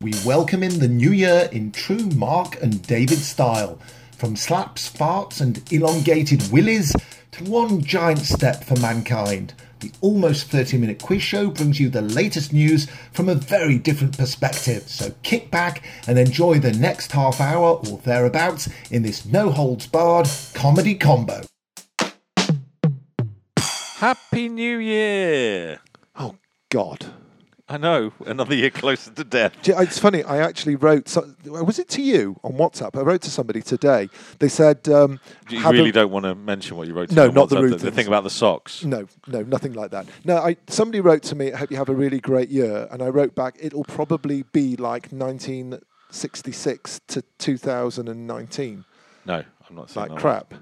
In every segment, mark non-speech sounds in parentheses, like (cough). We welcome in the new year in true Mark and David style. From slaps, farts, and elongated willies to one giant step for mankind, the almost 30 minute quiz show brings you the latest news from a very different perspective. So kick back and enjoy the next half hour or thereabouts in this no holds barred comedy combo. Happy New Year! Oh God! I know, another year closer to death. Do you- It's funny. I actually wrote. So, was it to you on WhatsApp? I wrote to somebody today. They said, um, You have a- really don't want to mention what you wrote. to No, me on not the WhatsApp, rude The things. thing about the socks. No, no, nothing like that. No, I, somebody wrote to me. I hope you have a really great year." And I wrote back, "It'll probably be like 1966 to 2019." Oh, No, I'm not saying Like that one. crap.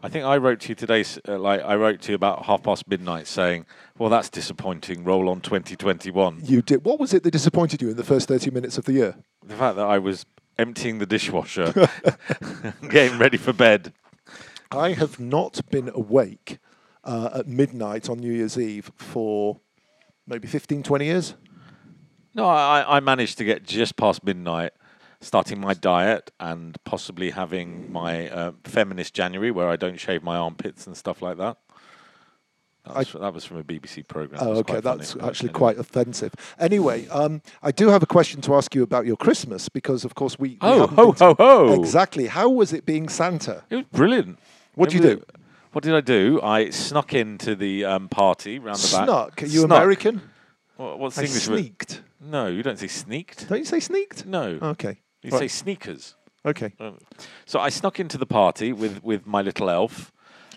I think I wrote to you today. s- Uh, like I wrote to you about half past midnight, saying, "Well, that's disappointing. Roll on 2021." You did. What was it that disappointed you in the first 30 minutes of the year? The fact that I was emptying the dishwasher, (laughs) getting ready for bed. I have not been awake uh, at midnight on New Year's Eve for maybe 15, 20 years. No, I, I- I managed to get just past midnight, starting my diet and possibly having my uh, feminist January, where I don't shave my armpits and stuff like that. That was, that was from a BBC program. Oh, okay, that's actually quite A offensive. Anyway, um, I do have a question to ask you about your Christmas because, of course, we. we Oh, haven't ho, been to- ho, ho. Exactly. How was it being Santa? it was brilliant. What'd It you was- do? What did I do? I snuck into the um, party round the back. Snuck. Are you Snuck. American? Wha- What's the I English word? sneaked. No, you don't say sneaked. Don't you say sneaked? No, Okay. you say Right. sneakers. okay. Um, So I snuck into the party with, with my little elf.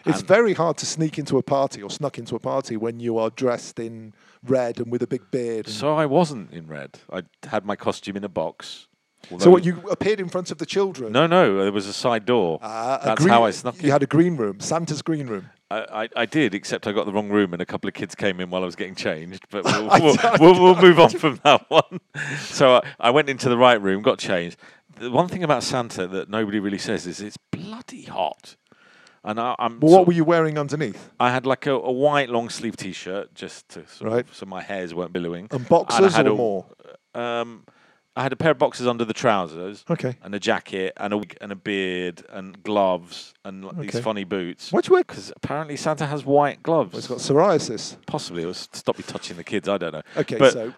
It's and- very hard to sneak into a party or snuck into a party when you are dressed in red and with a big beard. and- So I wasn't in red. I had my costume in a box. so, although- what, you appeared in front of the children? No, no. There was a side door. Uh, a That's green- how I snuck You in. had a green room, Santa's green room. I, I, I did, except I got the wrong room, and a couple of kids came in while I was getting changed. (laughs) But we'll, we'll, we'll, we'll move on from that one. So I, I went into the right room, got changed. The one thing about Santa that nobody really says is it's bloody hot. And I, I'm. Well, sort what of- were you wearing underneath? I had like a, a white long sleeve t shirt just to sort Right. of, so my hairs weren't billowing. And boxers I had or a- more? Um, I had a pair of boxes under the trousers. Okay. And a jacket and a wig and a beard and gloves and like, Okay. these funny boots. Why'd you wear? Because apparently Santa has white gloves. It's got psoriasis. Possibly it was to stop you touching the kids. I don't know. Okay, but so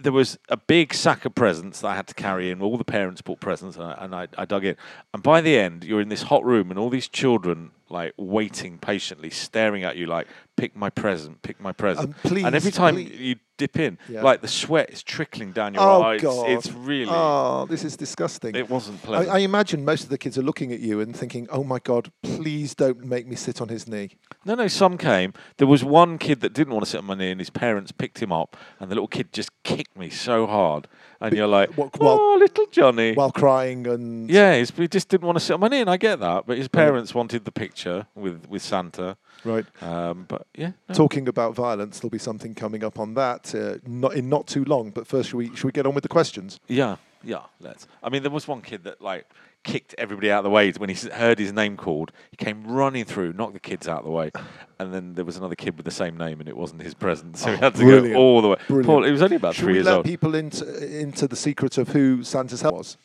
there was a big sack of presents that I had to carry in. All the parents bought presents, and I, and I, I dug in. And by the end, you're in this hot room, and all these children like waiting patiently, staring at you, like pick my present, pick my present. Um, please, and every time please. you dip in, Yeah. like the sweat is trickling down your Oh eyes. God! It's really. Oh, this is disgusting. It wasn't I, pleasant. I imagine most of the kids are looking at you and thinking, "Oh my God, please don't make me sit on his knee." No, no, some came. There was one kid that didn't want to sit on my knee, and his parents picked him up, and the little kid just kicked me so hard. And you're like, what- while- oh, little Johnny. While crying and yeah, he's, he just didn't want to sit on my knee, and I get that. But his parents wanted the picture with, with Santa. right, Um, but yeah, no. talking about violence, there'll be something coming up on that uh, not in not too long. But first, should we should we get on with the questions? yeah, yeah. Let's. I mean, there was one kid that like kicked everybody out of the way when he s- heard his name called. He came running through, knocked the kids out of the (sighs) way, and then there was another kid with the same name, and it wasn't his present, so he had to Oh, brilliant, go all the way. brilliant. Paul, he was only about should three we years let old. people into into the secret of who Santa's help was?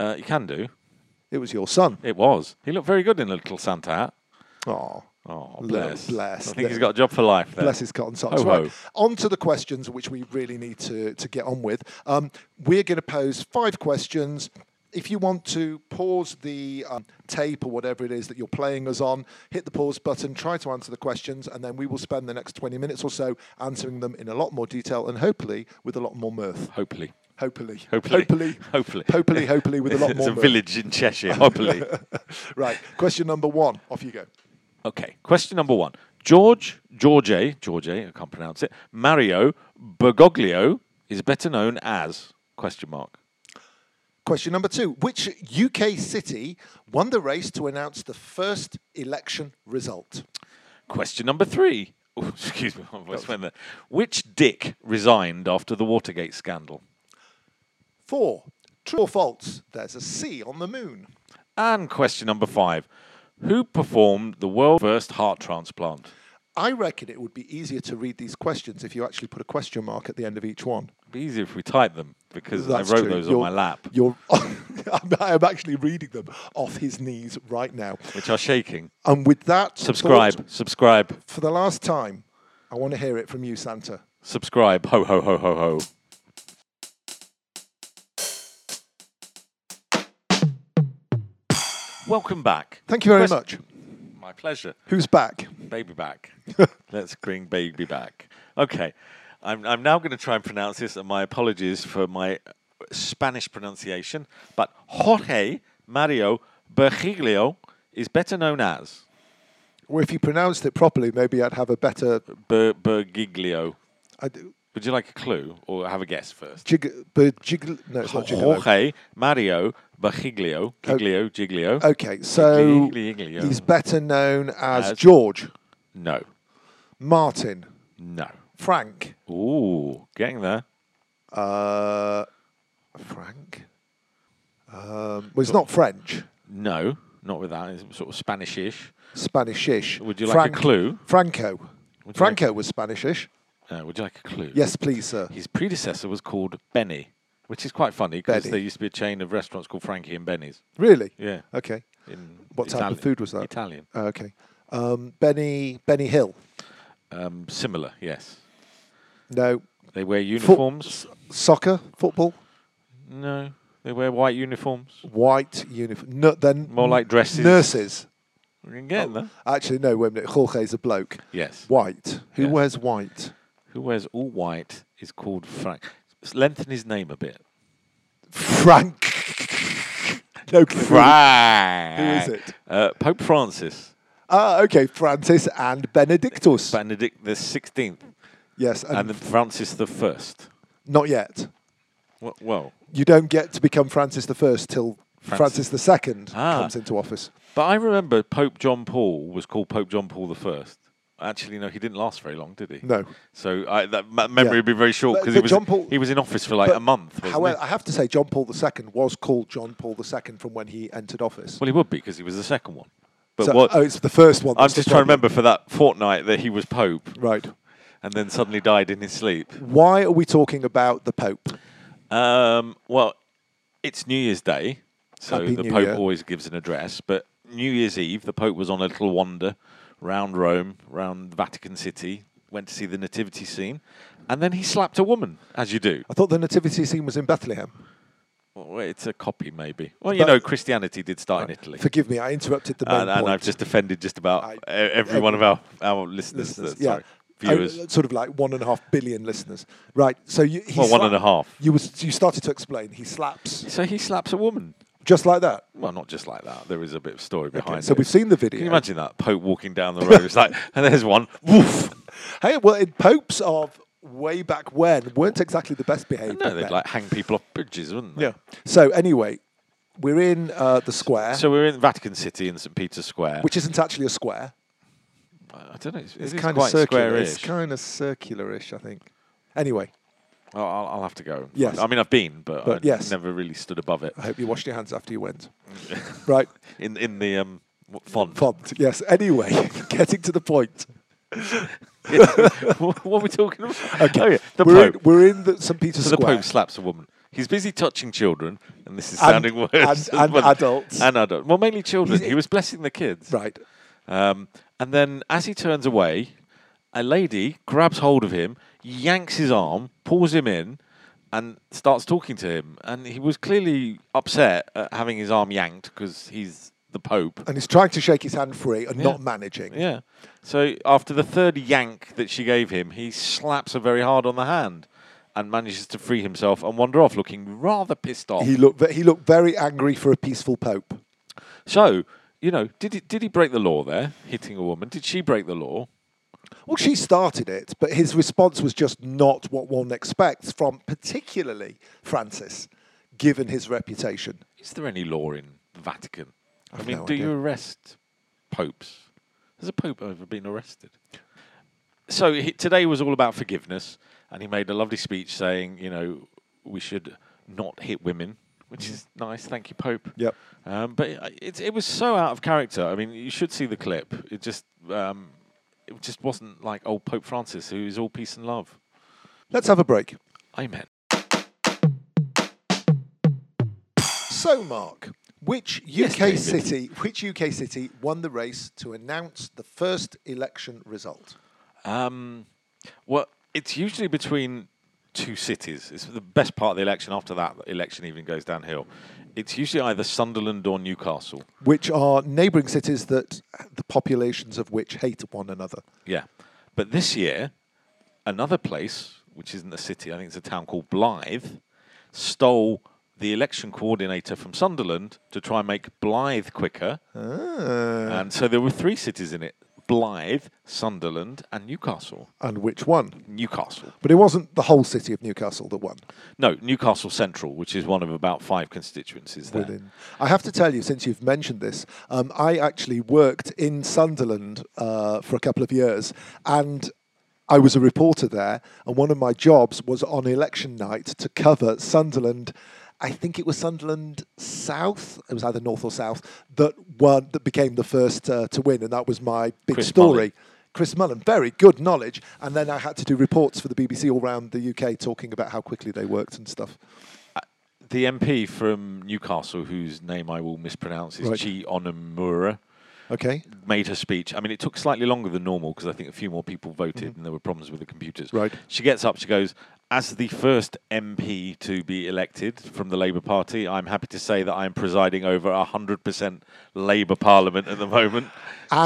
Uh, you can do. It was your son. It was. He looked very good in a little Santa hat. Oh. Oh, Little bless. bless, I think he's got little- a job for life. Then. Bless his cotton socks. Ho, Right. Oh, ho. On to the questions, which we really need to, to get on with. Um, we're going to pose five questions. If you want to pause the um, tape or whatever it is that you're playing us on, hit the pause button, try to answer the questions, and then we will spend the next 20 minutes or so answering them in a lot more detail and hopefully with a lot more mirth. Hopefully. Hopefully. Hopefully. Hopefully. Hopefully. Hopefully, hopefully with a (laughs) lot it's more a mirth. village in Cheshire. Hopefully. (laughs) Right. Question number one. Off you go. okay. Question number one. George George George I can't pronounce it. Mario Bergoglio is better known as question mark. Question number two Which UK city won the race to announce the first election result? Question number three. (laughs) Oh, excuse me, my voice went there. Which dick resigned after the Watergate scandal? Four. True or false? There's a sea on the moon. And question number five. Who performed the world first heart transplant? I reckon it would be easier to read these questions if you actually put a question mark at the end of each one. It'd be easier if we type them. because That's I wrote true. those You're- on my lap, You're, (laughs) I'm, I'm actually reading them off his knees right now. which are shaking. And with that, thought, Subscribe, subscribe, for the last time, I want to hear it from you, Santa. subscribe. Ho, ho, ho, ho, ho. Welcome back. Thank you very Quest- much. My pleasure. Who's back? Baby back. (laughs) Let's bring baby back. Okay. I'm, I'm now going to try and pronounce this, and my apologies for my Spanish pronunciation, but Jorge Mario Bergoglio is better known as Or if you pronounced it properly, maybe I'd have a better. Ber- Bergoglio. I d- Would you like a clue or have a guess first? jig, but jiggle, no, it's not jiggle. Jorge Mario Bergoglio. Giglio, Giglio. Oh. Okay, so Jiggly, jiggly, he's oh. better known as As- George, No. Martin, No. Frank, Ooh, getting there. uh, Frank. Um, well, it's not French, No, not with that. It's sort of Spanish-ish. Spanish-ish. Would you like a clue? Franco. Would you like- Franco was Spanish-ish. Uh, would you like a clue? Yes, please, sir. His predecessor was called Benny, which is quite funny because Benny. there used to be a chain of restaurants called Frankie and Benny's. Really? Yeah. Okay. In Oh. What type of Italian- food was that? Italian. Oh, okay. Um, Benny Benny Hill. Um, similar, yes. No. They wear uniforms. Soccer, football, No, they wear white uniforms. white uniform. No, then More like dresses. Nurses. We can get there. Actually, no. Wait a minute. Jorge's a bloke. Yes. White. Who Yeah. wears white? Who wears all white is called Frank. S- Lengthen his name a (laughs) bit. Frank. (laughs) no. clue. Frank. it? Uh, Pope Francis, Ah, okay. Francis and Benedictus. Benedict the Sixteenth, yes, and, and then Francis the First. not yet. Wha- Well, You don't get to become Francis the First till Francis, Francis. the Second Ah. comes into office. But I remember Pope John Paul was called Pope John Paul the First. Actually, no, he didn't last very long, did he? No. So I, that ma- memory Yeah. would be very short But- because but he was John Paul- he was in office for like But a month. Wasn't However, he? I have to say, John Paul II was called John Paul II from when he entered office. well, he would be because he was the second one. But So- what? Oh, it's the first one. I'm that's the just trying to problem. remember for that fortnight that he was Pope, Right. and then suddenly died in his sleep. Why are we talking about the Pope? Um, well, it's New Year's Day, so Happy the New Pope Year. always gives an address. But New Year's Eve, the Pope was on a little wander round Rome, round Vatican City, went to see the nativity scene, and then he slapped a woman, as you do. I thought the nativity scene was in Bethlehem. Well, it's a copy, maybe. Well, you But- know, Christianity did start in Italy. Forgive me, I interrupted the main Uh, And, and point. I've just offended just about I- e- every one of our, our listeners. Listeners, that- yeah. sorry, viewers. Oh, sort of like one and a half billion listeners, right? So you, he Well, one and slap- a half. You was you started to explain. He slaps so he slaps a woman. just like that. Well, not just like that. There is a bit of story behind so it. we've seen the video. Can you imagine that Pope walking down the road? It's like, (laughs) and there's one. (laughs) Woof. Hey, well, in popes of way back when weren't exactly the best behaved. No, they'd men. like hang people off bridges, wouldn't they? Yeah. So anyway, we're in uh, the square, So we're in Vatican City in St Peter's Square. which isn't actually a square. I don't know. It's, It's it is kind of quite circular. It's square-ish. kind of circular-ish, I think. Anyway, I'll, I'll I'll have to go. Yes. I mean, I've been, but, But I yes. never really stood above it I hope you washed your hands after you (laughs) went. right, in in the um, w- font. font. Yes. Anyway, (laughs) getting to the point. (laughs) what are we talking (laughs) about? Okay. The we're Pope. In, we're in the St Peter's So the Square. Pope slaps a woman. He's busy touching children, and this is And- sounding (laughs) worse. and- and Well, adults. And adults. Well, mainly children. He's- he was blessing the kids. Right. Um, and then as he turns away, a lady grabs hold of him, yanks his arm, pulls him in, and starts talking to him. And he was clearly upset at having his arm yanked because he's the Pope. And he's trying to shake his hand free and Yeah. not managing. Yeah. So after the third yank that she gave him, he slaps her very hard on the hand and manages to free himself and wander off looking rather pissed off. He looked. ve- He looked very angry for a peaceful Pope. so, you know, did he, did he break the law there, hitting a woman? Did she break the law? Well, she started it, but his response was just not what one expects from particularly Francis, given his reputation. Is there any law in the Vatican? I I've mean, no do you idea. arrest popes? Has a pope ever been arrested? So he, today was all about forgiveness, and he made a lovely speech saying, you know, we should not hit women, which is nice. Thank you, Pope. Yep. Um, but it, it, it was so out of character. I mean, you should see the clip. It just, um, it just wasn't like old Pope Francis, who is all peace and love. Let's have a break. Amen. So, Mark, which UK Yes, David. city? Which UK city won the race to announce the first election result? Um, well, it's usually between two cities. It's the best part of the election. After that, the election even goes downhill. It's usually either Sunderland or Newcastle. Which are neighbouring cities that the populations of which hate one another. Yeah. But this year, another place, which isn't a city, I think it's a town called Blyth, stole the election coordinator from Sunderland to try and make Blyth quicker. And so there were three cities in it Blyth, Sunderland, and Newcastle. And which one? Newcastle. But it wasn't the whole city of Newcastle that won. No, Newcastle Central, which is one of about five constituencies there. within. I have to tell you, since you've mentioned this, um, I actually worked in Sunderland uh, for a couple of years, and I was a reporter there. And one of my jobs was on election night to cover Sunderland. I think it was Sunderland South. It was either North or South that won, that became the first uh, to win, and that was my big Chris story. Mullin. Chris Mullen, very good knowledge, and then I had to do reports for the BBC all round the UK, talking about how quickly they worked and stuff. The MP from Newcastle, whose name I will mispronounce, is Right. Chi Onamura. Okay, made her speech. I mean, it took slightly longer than normal because I think a few more people voted and there were problems with the computers. Mm-hmm. Right. She gets up, she goes, As the first MP to be elected from the Labour Party, I'm happy to say that I'm presiding over a 100% Labour Parliament at the moment.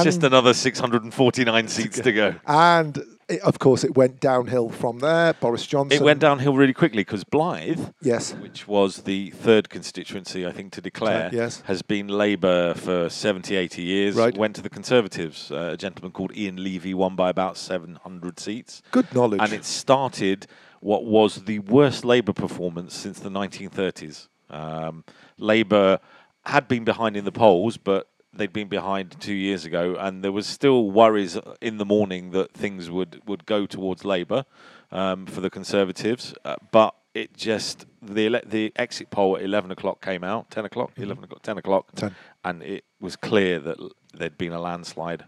Just And- another 649 seats to go. And it, of course, it went downhill from there. Boris Johnson. It went downhill really quickly because Blythe, Yes. which was the third constituency, I think, to declare, Declare, yes. has been Labour for 70, 80 years. Right. Went to the Conservatives. Uh, a gentleman called Ian Levy won by about 700 seats. Good knowledge. And it started what was the worst Labour performance since the 1930s. Um, Labour had been behind in the polls, but they'd been behind two years ago, and there was still worries in the morning that things would, would go towards Labour um, for the Conservatives. Uh, but it just the ele- the exit poll at 11 o'clock came out, 10 o'clock, Mm-hmm. 11 o'clock, 10 o'clock, 10. and it was clear that l- there'd been a landslide.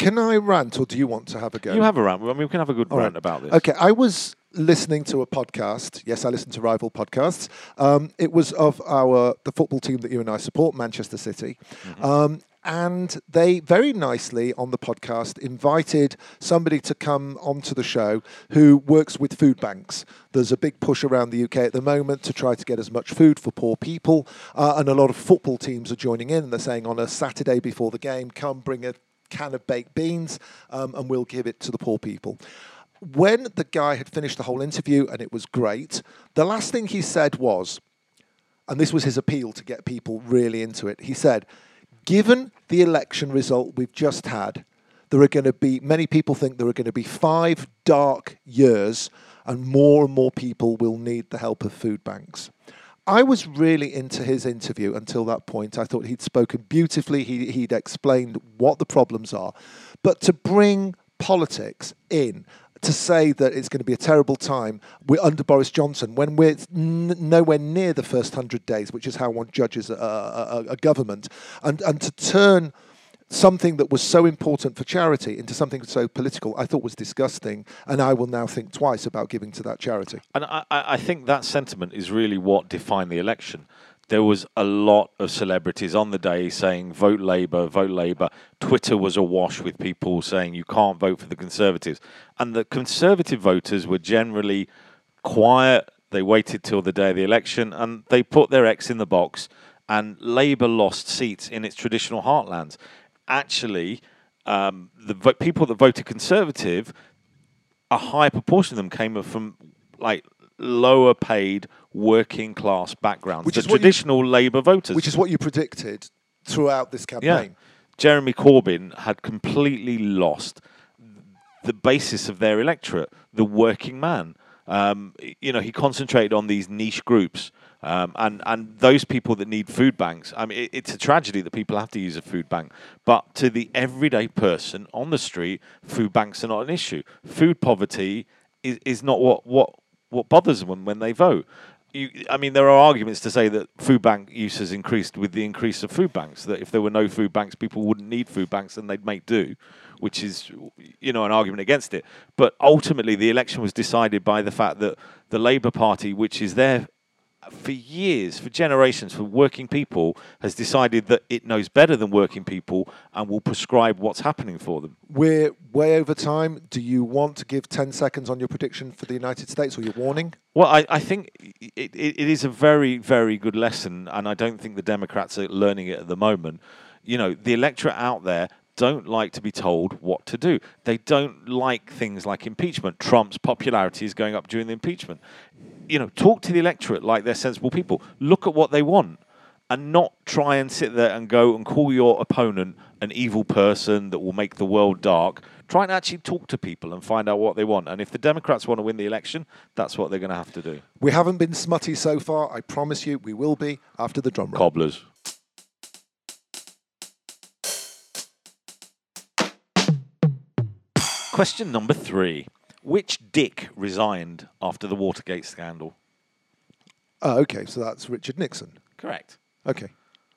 Can I rant, or do you want to have a go? You have a rant. I mean, we can have a good All right. rant about this. Okay, I was listening to a podcast. Yes, I listen to rival podcasts. Um, it was of our the football team that you and I support, Manchester City. Um, and they very nicely on the podcast invited somebody to come onto the show who works with food banks. There's a big push around the UK at the moment to try to get as much food for poor people, uh, and a lot of football teams are joining in. They're saying on a Saturday before the game, come bring a can of baked beans um, and we'll give it to the poor people. When the guy had finished the whole interview and it was great, the last thing he said was, and this was his appeal to get people really into it. He said, given the election result we've just had, there are going to be, many people think there are going to be five dark years, and more and more people will need the help of food banks. I was really into his interview until that point. I thought he'd spoken beautifully, he, he'd explained what the problems are. But to bring politics in to say that it's going to be a terrible time we're under Boris Johnson when we're n- nowhere near the first 100 days, which is how one judges a, a, a- a government, and, and to turn something that was so important for charity into something so political, I thought was disgusting. And I will now think twice about giving to that charity. And I, I I think that sentiment is really what defined the election. There was a lot of celebrities on the day saying, vote Labour, vote Labour. Twitter was awash with people saying, you can't vote for the Conservatives. And the Conservative voters were generally quiet. They waited till the day of the election and they put their X in the box. And Labour lost seats in its traditional heartlands. Actually, um, the vo- people that voted Conservative a high proportion of them came from like lower paid working class backgrounds, Which the is what you- traditional Labour voters. Which is what you predicted throughout this yeah. campaign. Jeremy Corbyn had completely lost the basis of their electorate, the working man. Um, you know, he concentrated on these niche groups. Um, and, and those people that need food banks, I mean, it, it's a tragedy that people have to use a food bank. But to the everyday person on the street, food banks are not an issue. Food poverty is, is not what, what, what bothers them when they vote. You, I mean, there are arguments to say that food bank use has increased with the increase of food banks. That if there were no food banks, people wouldn't need food banks and they'd make do, which is, you know, an argument against it. But ultimately, the election was decided by the fact that the Labour Party, which is their for years, for generations, for working people, has decided that it knows better than working people and will prescribe what's happening for them. We're way over time. Do you want to give 10 seconds on your prediction for the United States or your warning? Well, I, I think it, it, it is a very, very good lesson, and I don't think the Democrats are learning it at the moment. You know, the electorate out there don't like to be told what to do. They don't like things like impeachment. Trump's popularity is going up during the impeachment. You know, talk to the electorate like they're sensible people. Look at what they want and not try and sit there and go and call your opponent an evil person that will make the world dark. Try and actually talk to people and find out what they want. And if the Democrats want to win the election, that's what they're going to have to do. We haven't been smutty so far. I promise you, we will be after the drum roll. Cobblers. Question number three Which dick resigned after the Watergate scandal? Oh, okay, so that's Richard Nixon. Correct. Okay.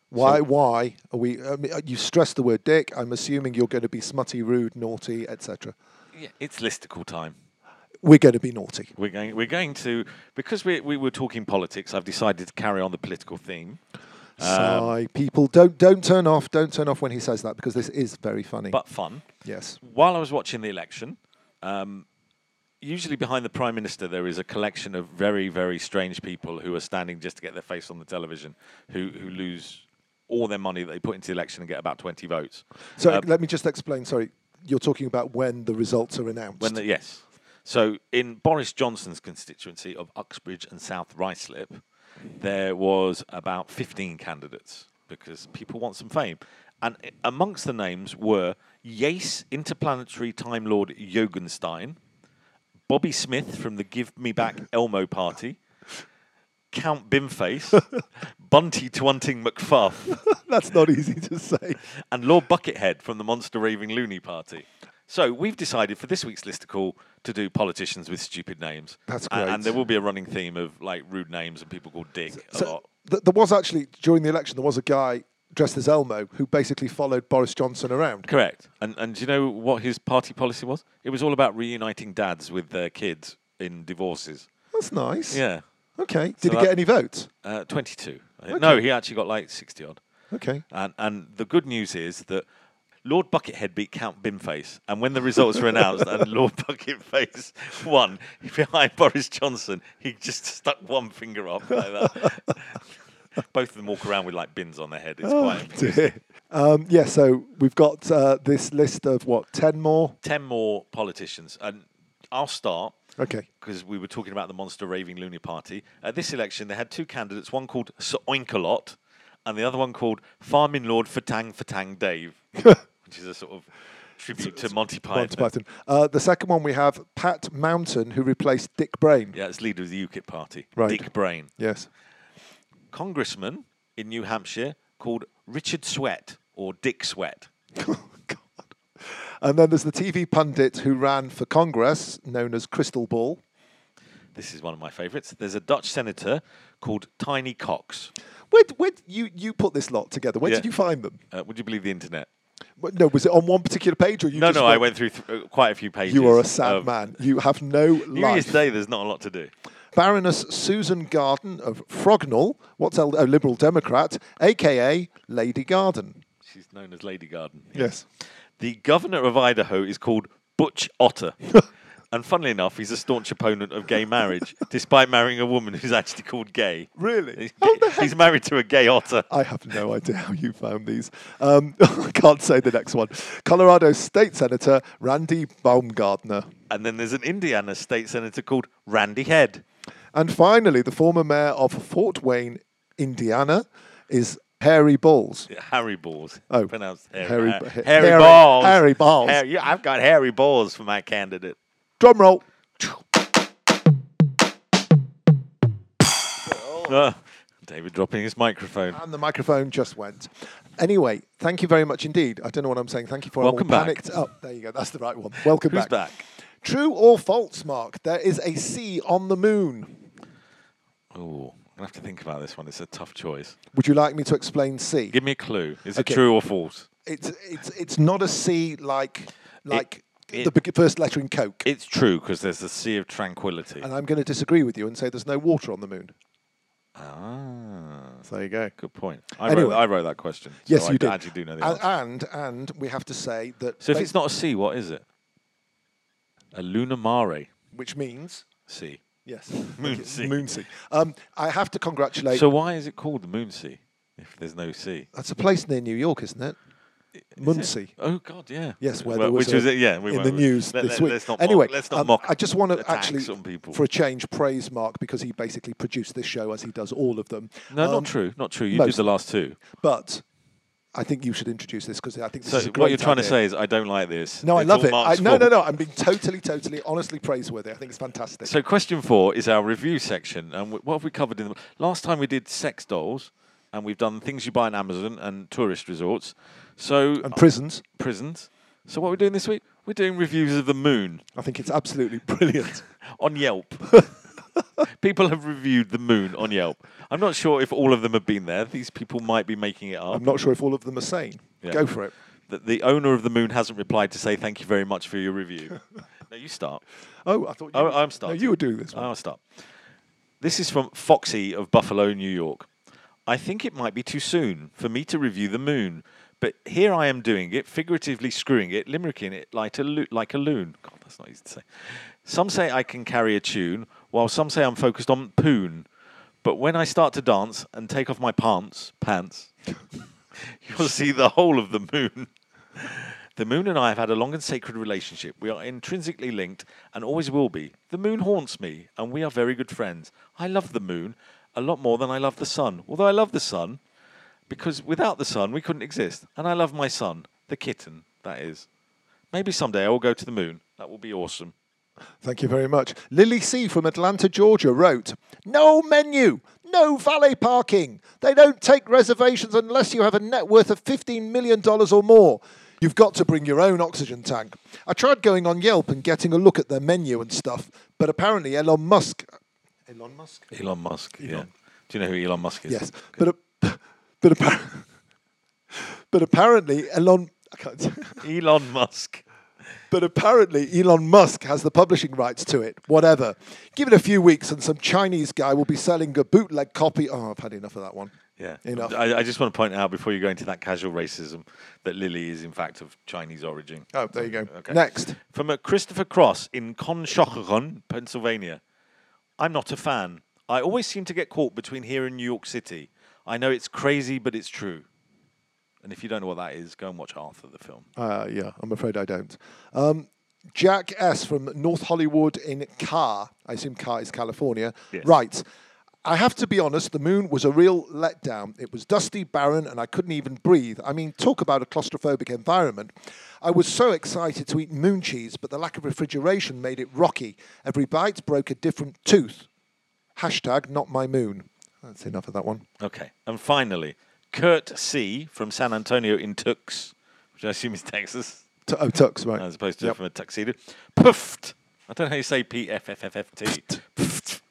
Why? why are we? I mean, uh, you stressed the word "dick." I'm assuming you're going to be smutty, rude, naughty, etc. Yeah, it's listicle time. We're going to be naughty. We're going. We're going to because we we were talking politics. I've decided to carry on the political theme. Um, Sigh, people, don't don't turn off. Don't turn off when he says that because this is very funny. but fun. yes, While I was watching the election, um, usually behind the prime minister there is a collection of very, very strange people who are standing just to get their face on the television, who who lose all their money that they put into the election and get about twenty votes. So um, let me just explain. Sorry, you're talking about when the results are announced. (laughs) When the, yes. So in Boris Johnson's constituency of Uxbridge and South Ruislip, there was about 15 candidates because people want some fame. And i- amongst the names were Yace Interplanetary Time Lord Jorgenstein, Bobby Smith from the Give Me Back Elmo Party, Count Bimface, Bunty Twunting McFuff, That's not easy to say. and Lord Buckethead from the Monster Raving Loony Party. So we've decided for this week's listicle to do politicians with stupid names. That's A- And, great. there will be a running theme of like rude names and people called Dick a So lot. th- there was actually during the election there was a guy dressed as Elmo who basically followed Boris Johnson around. Correct. And and do you know what his party policy was? It was all about reuniting dads with their kids in divorces. That's nice. Yeah. Okay. Did he that- get any votes? Uh, 22. I- No, he actually got like 60 odd. (laughs) Okay. And and the good news is that Lord Buckethead beat Count Bimface, and when the results were announced and Lord Bucketface won (laughs) behind Boris Johnson, he just stuck one finger up like that. Both of them walk around with like bins on their head. It's quite Dear. Um, yeah. So we've got uh, this list of what ten more. ten more politicians, and I'll start. Okay. Because we were talking about the monster raving loony party. At this election, they had two candidates, one called Sir Oinkalot and the other one called Farming Lord Fatang Fatang Dave, (laughs) which is a sort of tribute to Monty Python. Monty Python. Uh, the second one we have Pat Mountain, who replaced Dick Brain. Yeah, it's leader of the UKIP party, Right. Dick Brain. Yes. (laughs) Congressman in New Hampshire called Richard Sweat or Dick Sweat. God. And then there's the TV pundit who ran for Congress, known as Crystal Ball. This is one of my favourites. There's a Dutch senator called Tiny Cox. Where, where you you put this lot together? Where Yeah. did you find them? Uh, would you believe the internet? But No, was it on one particular page or you? no, just no, I went through th- uh, quite a few pages. You are a sad of- man. You have no (laughs) New Year's life. Day, there's not a lot to do. Baroness Susan Garden of Frognall, what's a, a Liberal Democrat, aka Lady Garden. She's known as Lady Garden. Yes. The governor of Idaho is called Butch Otter. (laughs) and funnily enough, he's a staunch opponent of gay (laughs) marriage, despite marrying a woman who's actually called gay. Really? He's married to a gay otter. I have no idea how you found these. Um, (laughs) I can't say the next one. Colorado State Senator Randy Baumgardner. And then there's an Indiana state senator called Randy Head. And finally, the former mayor of Fort Wayne, Indiana, is Harry Balls. Harry Balls. Oh, pronounced Harry- Harry. Harry, Ha- Harry Harry- Balls. Harry Balls. Harry- yeah, I've got Harry Balls for my candidate. Drum roll. Uh, David dropping his microphone. And the microphone just went. Anyway, thank you very much indeed. I don't know what I'm saying. Thank you for Welcome I'm all back. panicked up. There you go. That's the right one. Welcome Who's back. back? True or false, Mark? There is a sea on the moon. Oh, I'm gonna have to think about this one. It's a tough choice. Would you like me to explain sea? Give me a clue. Is Okay. it true or false? It's it's it's not a sea like like it- the big first letter in Coke. It's true because there's the Sea of Tranquility. and I'm going to disagree with you and say there's no water on the moon. Ah, So there you go. good point. I, wrote, Anyway. I wrote that question. so Yes, I you d- did. actually do know the and, answer. and and we have to say that So if ba- it's not a sea, what is it? A lunar mare which means sea. yes, Moon sea. Moonsea. Um, I have to congratulate. So why is it called the moon sea if there's no sea? that's a place near New York, isn't it? Is Muncie. it? Oh God, yeah. Yes, where Well, there was which a- was it? Yeah, we in won't- the news let- this let- week. Let's not anyway, mock, let's not um, mock. I just want to attacks actually, on people. for a change, praise Mark because he basically produced this show as he does all of them. no, Um, not true. Not true. You did most- the last two. But I think you should introduce this because I think this So is a what great you're trying to idea. say is I don't like this. No, It's I love all it. I, Mark's no, no, fault. no. I'm being totally, totally, honestly praiseworthy. I think it's fantastic. So question four is our review section, and wh- what have we covered in the last time? We did sex dolls, and we've done things you buy on Amazon and tourist resorts. So uh, and prisons. prisons. So what we're doing this week? We're doing reviews of the moon I think it's absolutely (laughs) brilliant. (laughs) on Yelp. people have reviewed the moon on Yelp. I'm not sure if all of them have been there. These people might be making it up. I'm not sure if all of them are sane. Yeah. Go for it. The, the owner of the moon hasn't replied to say thank you very much for your (laughs) review. no, you start. Oh, I thought. You Oh, were- I'm starting. No, you were doing this one. I'll start. This is from Foxy of Buffalo, New York. I think it might be too soon for me to review the moon, but here I am doing it, figuratively screwing it, limericking it like a, lo- like a loon. God, that's not easy to say. Some say I can carry a tune, while some say I'm focused on poon. But when I start to dance and take off my pants, pants, (laughs) you'll see the whole of the moon. The moon and I have had a long and sacred relationship. We are intrinsically linked and always will be. The moon haunts me, and we are very good friends. I love the moon a lot more than I love the sun, although I love the sun because without the sun, we couldn't exist. And I love my son, the kitten, that is. Maybe someday I will go to the moon. That will be awesome. Thank you very much. Lily C from Atlanta, Georgia wrote No menu, no valet parking. They don't take reservations unless you have a net worth of $15 million or more. You've got to bring your own oxygen tank. I tried going on Yelp and getting a look at their menu and stuff, but apparently Elon Musk. Elon Musk? Elon Musk. Yeah. Do you know who Elon Musk is? Yes. But, a, (laughs) but, apparently, but apparently, Elon. I (laughs) can't. (laughs) Elon Musk. But apparently, Elon Musk has the publishing rights to it. Whatever. Give it a few weeks, and some Chinese guy will be selling a bootleg copy. Oh, I've had enough of that one. Yeah. Uh, Enough. I, I just want to point out before you go into that casual racism that Lily is in fact of Chinese origin. oh, there you go. Okay. Next. From uh, Christopher Cross in Conshohocken, Pennsylvania. I'm not a fan. I always seem to get caught between here and New York City. I know it's crazy, but it's true. And if you don't know what that is, go and watch Arthur, the film. Uh, yeah, I'm afraid I don't. Um, Jack S. from North Hollywood in Carr. I assume Carr is California. Yes. Right. I have to be honest, the moon was a real letdown. It was dusty, barren, and I couldn't even breathe. I mean, talk about a claustrophobic environment. I was so excited to eat moon cheese, but the lack of refrigeration made it rocky. Every bite broke a different tooth. Hashtag not my moon. That's enough of that one. Okay. And finally, Kurt C. from San Antonio in Tux, which I assume is Texas, T- oh, Tux, right. as opposed to Yep. from a tuxedo. Puffed. I don't know how you say P F F F F T. Pfft.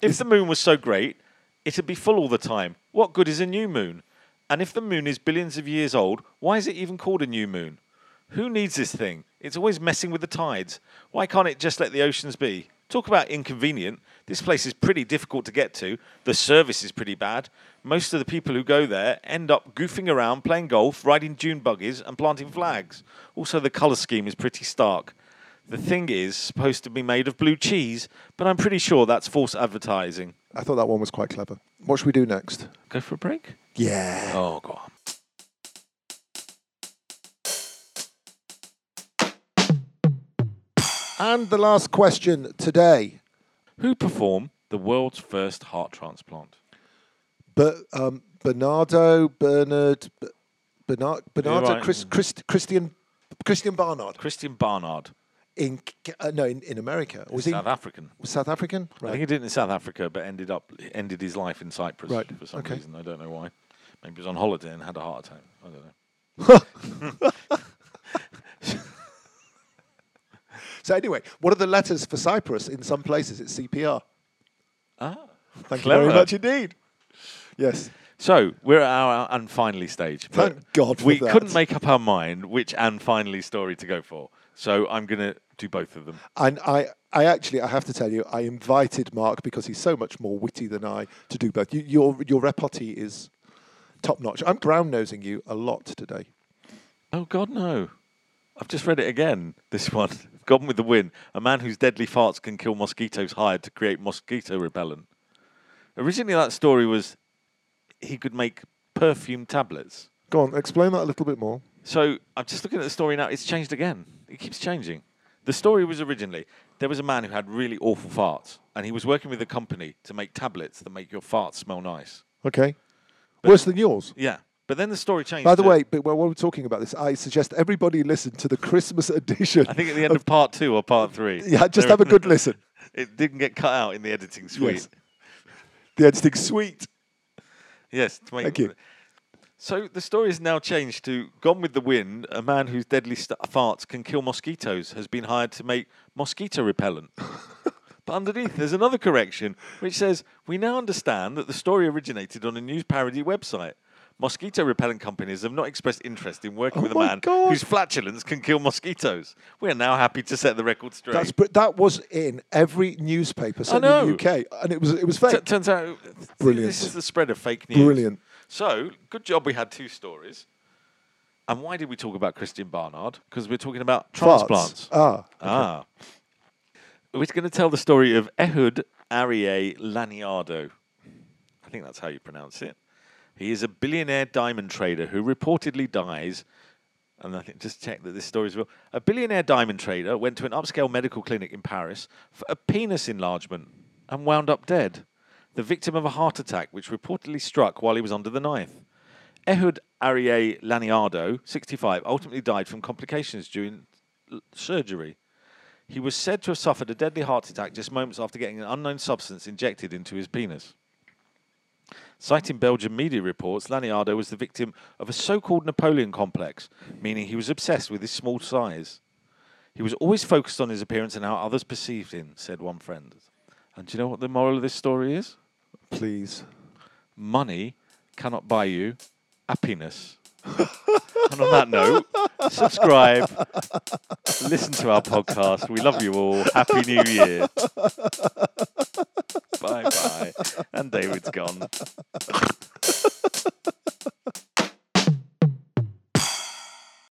If the moon was so great, it'd be full all the time. What good is a new moon? And if the moon is billions of years old, why is it even called a new moon? Who needs this thing? It's always messing with the tides. Why can't it just let the oceans be? Talk about inconvenient. This place is pretty difficult to get to. The service is pretty bad. Most of the people who go there end up goofing around, playing golf, riding dune buggies, and planting flags. Also, the colour scheme is pretty stark. The thing is supposed to be made of blue cheese, but I'm pretty sure that's false advertising. I thought that one was quite clever. What should we do next? Go for a break? Yeah. Oh, go on. And the last question today, Who performed the world's first heart transplant? but um, Bernardo Bernard B- Bernard Bernardo right. Chris, Chris, Christian Christian Barnard Christian Barnard, in K- uh, no in, in America was he South African. South African? I think he did it in South Africa, but ended up ended his life in Cyprus Right, for some okay. reason. I don't know why. Maybe he was on holiday and had a heart attack. I don't know. So anyway, what are the letters for Cyprus? In some places, it's CPR. Ah, Thank you Clever. very much indeed. Yes. So we're at our and finally stage. but Thank God for we that. couldn't make up our mind which and finally story to go for. So I'm going to do both of them. And I, I actually, I have to tell you, I invited Mark because he's so much more witty than I to do both. You, your your repartee is top notch. I'm ground nosing you a lot today. Oh God, no! I've just read it again. This (laughs) one, Gone with the Wind. A man whose deadly farts can kill mosquitoes hired to create mosquito repellent. Originally, that story was he could make perfume tablets. Go on, explain that a little bit more. So I'm just looking at the story now. It's changed again. It keeps changing. The story was originally there was a man who had really awful farts, and he was working with a company to make tablets that make your farts smell nice. Okay, worse than yours. Yeah. But then the story changed. By the to- way, but while we're talking about this, I suggest everybody listen to the Christmas edition. I think at the end of part two or part three. (laughs) Yeah, there- just have a (laughs) good listen. It didn't get cut out in the editing suite. Yes. The editing sweet. Yes, to make Thank you. So the story has now changed to Gone with the Wind. A man whose deadly st- farts can kill mosquitoes has been hired to make mosquito (laughs) repellent. but underneath, there's another correction which says we now understand that the story originated on a news parody website. Mosquito repellent companies have not expressed interest in working Oh with a my man God. whose flatulence can kill mosquitoes. We are now happy to set the record straight. That's but that was in every newspaper certainly in know. the UK, and it was it was fake. T- turns out, th- Brilliant. This is the spread of fake news. Brilliant. So good job we had two stories. And why did we talk about Christian Barnard? Because we're talking about Farts. transplants. Ah, Ah. We're going to tell the story of Ehud Arie Laniardo. I think that's how you pronounce it. He is a billionaire diamond trader who reportedly dies. And I think just check that this story is real. A billionaire diamond trader went to an upscale medical clinic in Paris for a penis enlargement and wound up dead, the victim of a heart attack which reportedly struck while he was under the knife. Ehud Arie Laniardo, 65, ultimately died from complications during l- surgery. He was said to have suffered a deadly heart attack just moments after getting an unknown substance injected into his penis. Citing Belgian media reports, Laniardo was the victim of a so called Napoleon complex, meaning he was obsessed with his small size. He was always focused on his appearance and how others perceived him, said one friend. And do you know what the moral of this story is? please. money cannot buy you happiness. (laughs) and on that note, subscribe, listen to our podcast. We love you all. Happy New Year. Bye bye. And David's gone.